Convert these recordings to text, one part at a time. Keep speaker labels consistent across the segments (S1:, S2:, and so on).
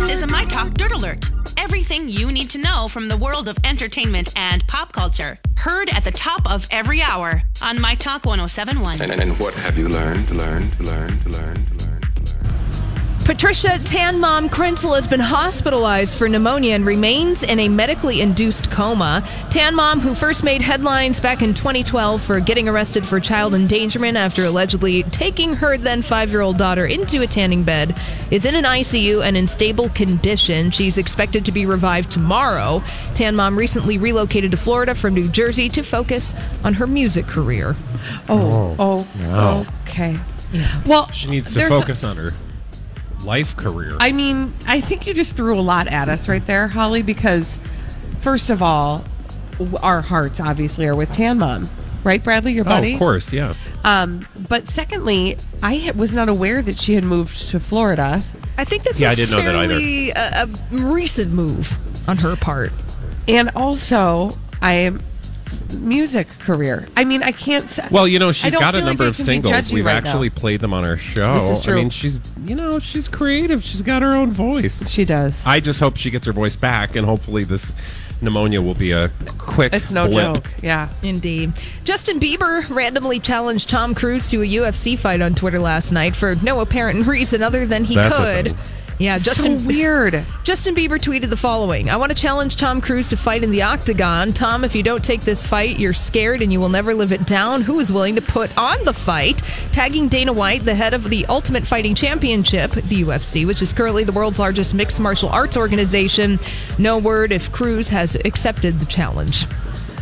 S1: TikTok Dirt Alert. Everything you need to know from the world of entertainment and pop culture. Heard at the top of every hour on My Talk 1071.
S2: And, and what have you learned, learned, learned, learned, learned, learned?
S3: Patricia Tan Mom Krenzel has been hospitalized for pneumonia and remains in a medically induced coma. Tan Mom, who first made headlines back in 2012 for getting arrested for child endangerment after allegedly taking her then five year old daughter into a tanning bed, is in an ICU and in stable condition. She's expected to be revived tomorrow. Tan Mom recently relocated to Florida from New Jersey to focus on her music career.
S4: Oh, oh, okay. Well,
S5: She needs to
S4: there's-
S5: focus on her life career.
S4: I mean, I think you just threw a lot at us right there, Holly, because first of all, w- our hearts obviously are with Tan Mom, right, Bradley, your
S5: oh,
S4: buddy?
S5: of course, yeah.
S4: Um, but secondly, I ha- was not aware that she had moved to Florida.
S3: I think this
S5: Yeah, I
S3: is
S5: didn't know that either.
S3: fairly uh, a, a recent move on her part.
S4: And also, I am music career. I mean, I can't say.
S5: Well, you know,
S4: I
S5: she's
S4: don't
S5: got a
S4: feel like
S5: number
S4: I
S5: of
S4: can be
S5: singles.
S4: judgy
S5: We've
S4: right now.
S5: actually played them on our show.
S4: This is true.
S5: I mean, she's you know, she's creative. She's got her own voice.
S4: She does.
S5: I just hope she gets her voice back, and hopefully this pneumonia will be a quick.
S4: it's no
S5: blip.
S4: joke. Yeah.
S3: Indeed. Justin Bieber randomly challenged Tom Cruise to a UFC fight on Twitter last night for no apparent reason other than he
S5: That's a
S3: could.
S5: thing.
S3: Yeah, Justin
S4: so weird.
S3: Justin Bieber tweeted the following I want to challenge Tom Cruise to fight in the octagon. Tom, if you don't take this fight, you're scared and you will never live it down. Who is willing to put on the fight? Tagging Dana White, the head of the Ultimate Fighting Championship, the UFC, which is currently the world's largest mixed martial arts organization. No word if Cruise has accepted the challenge.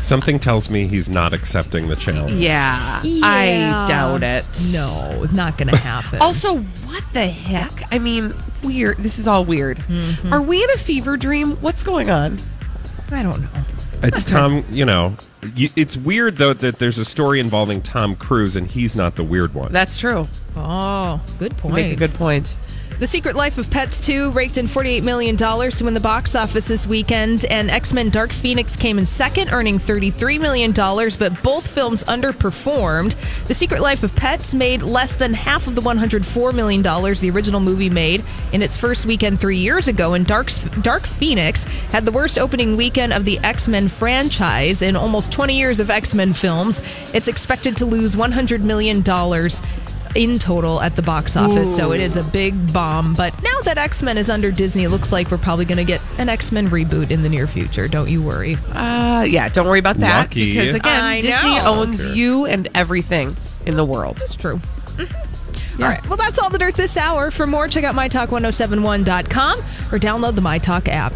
S5: Something tells me he's not accepting the challenge.
S4: Yeah,
S3: Yeah.
S4: I doubt it.
S3: No, not going to happen.
S4: Also, what the heck? I mean, weird. This is all weird. Are we in a fever dream? What's going on?
S3: I don't know.
S5: It's Tom. You know, you, it's weird though that there's a story involving Tom Cruise, and he's not the weird one.
S4: That's true.
S3: Oh, good
S4: You
S3: point.
S4: Make a good point.
S3: The Secret Life of Pets 2 raked in $48 million to win the box office this weekend, and X Men Dark Phoenix came in second, earning $33 million, but both films underperformed. The Secret Life of Pets made less than half of the $104 million the original movie made in its first weekend three years ago, and Dark, Dark Phoenix had the worst opening weekend of the X Men franchise in almost 20 years of X Men films. It's expected to lose $100 million in total at the box office. So it is a big bomb. But now that X Men is under Disney, it looks like we're probably going to get an X Men reboot in the near future. Don't you worry.
S4: Uh, yeah, don't worry about that
S5: Lucky.
S4: because again,
S3: I
S4: Disney
S3: know.
S4: owns
S5: Okay.
S4: you and everything in the world.
S3: It's true. All right. Well, oh that's all the dirt this hour. For more, check out mytalk1071.com or download the MyTalk app.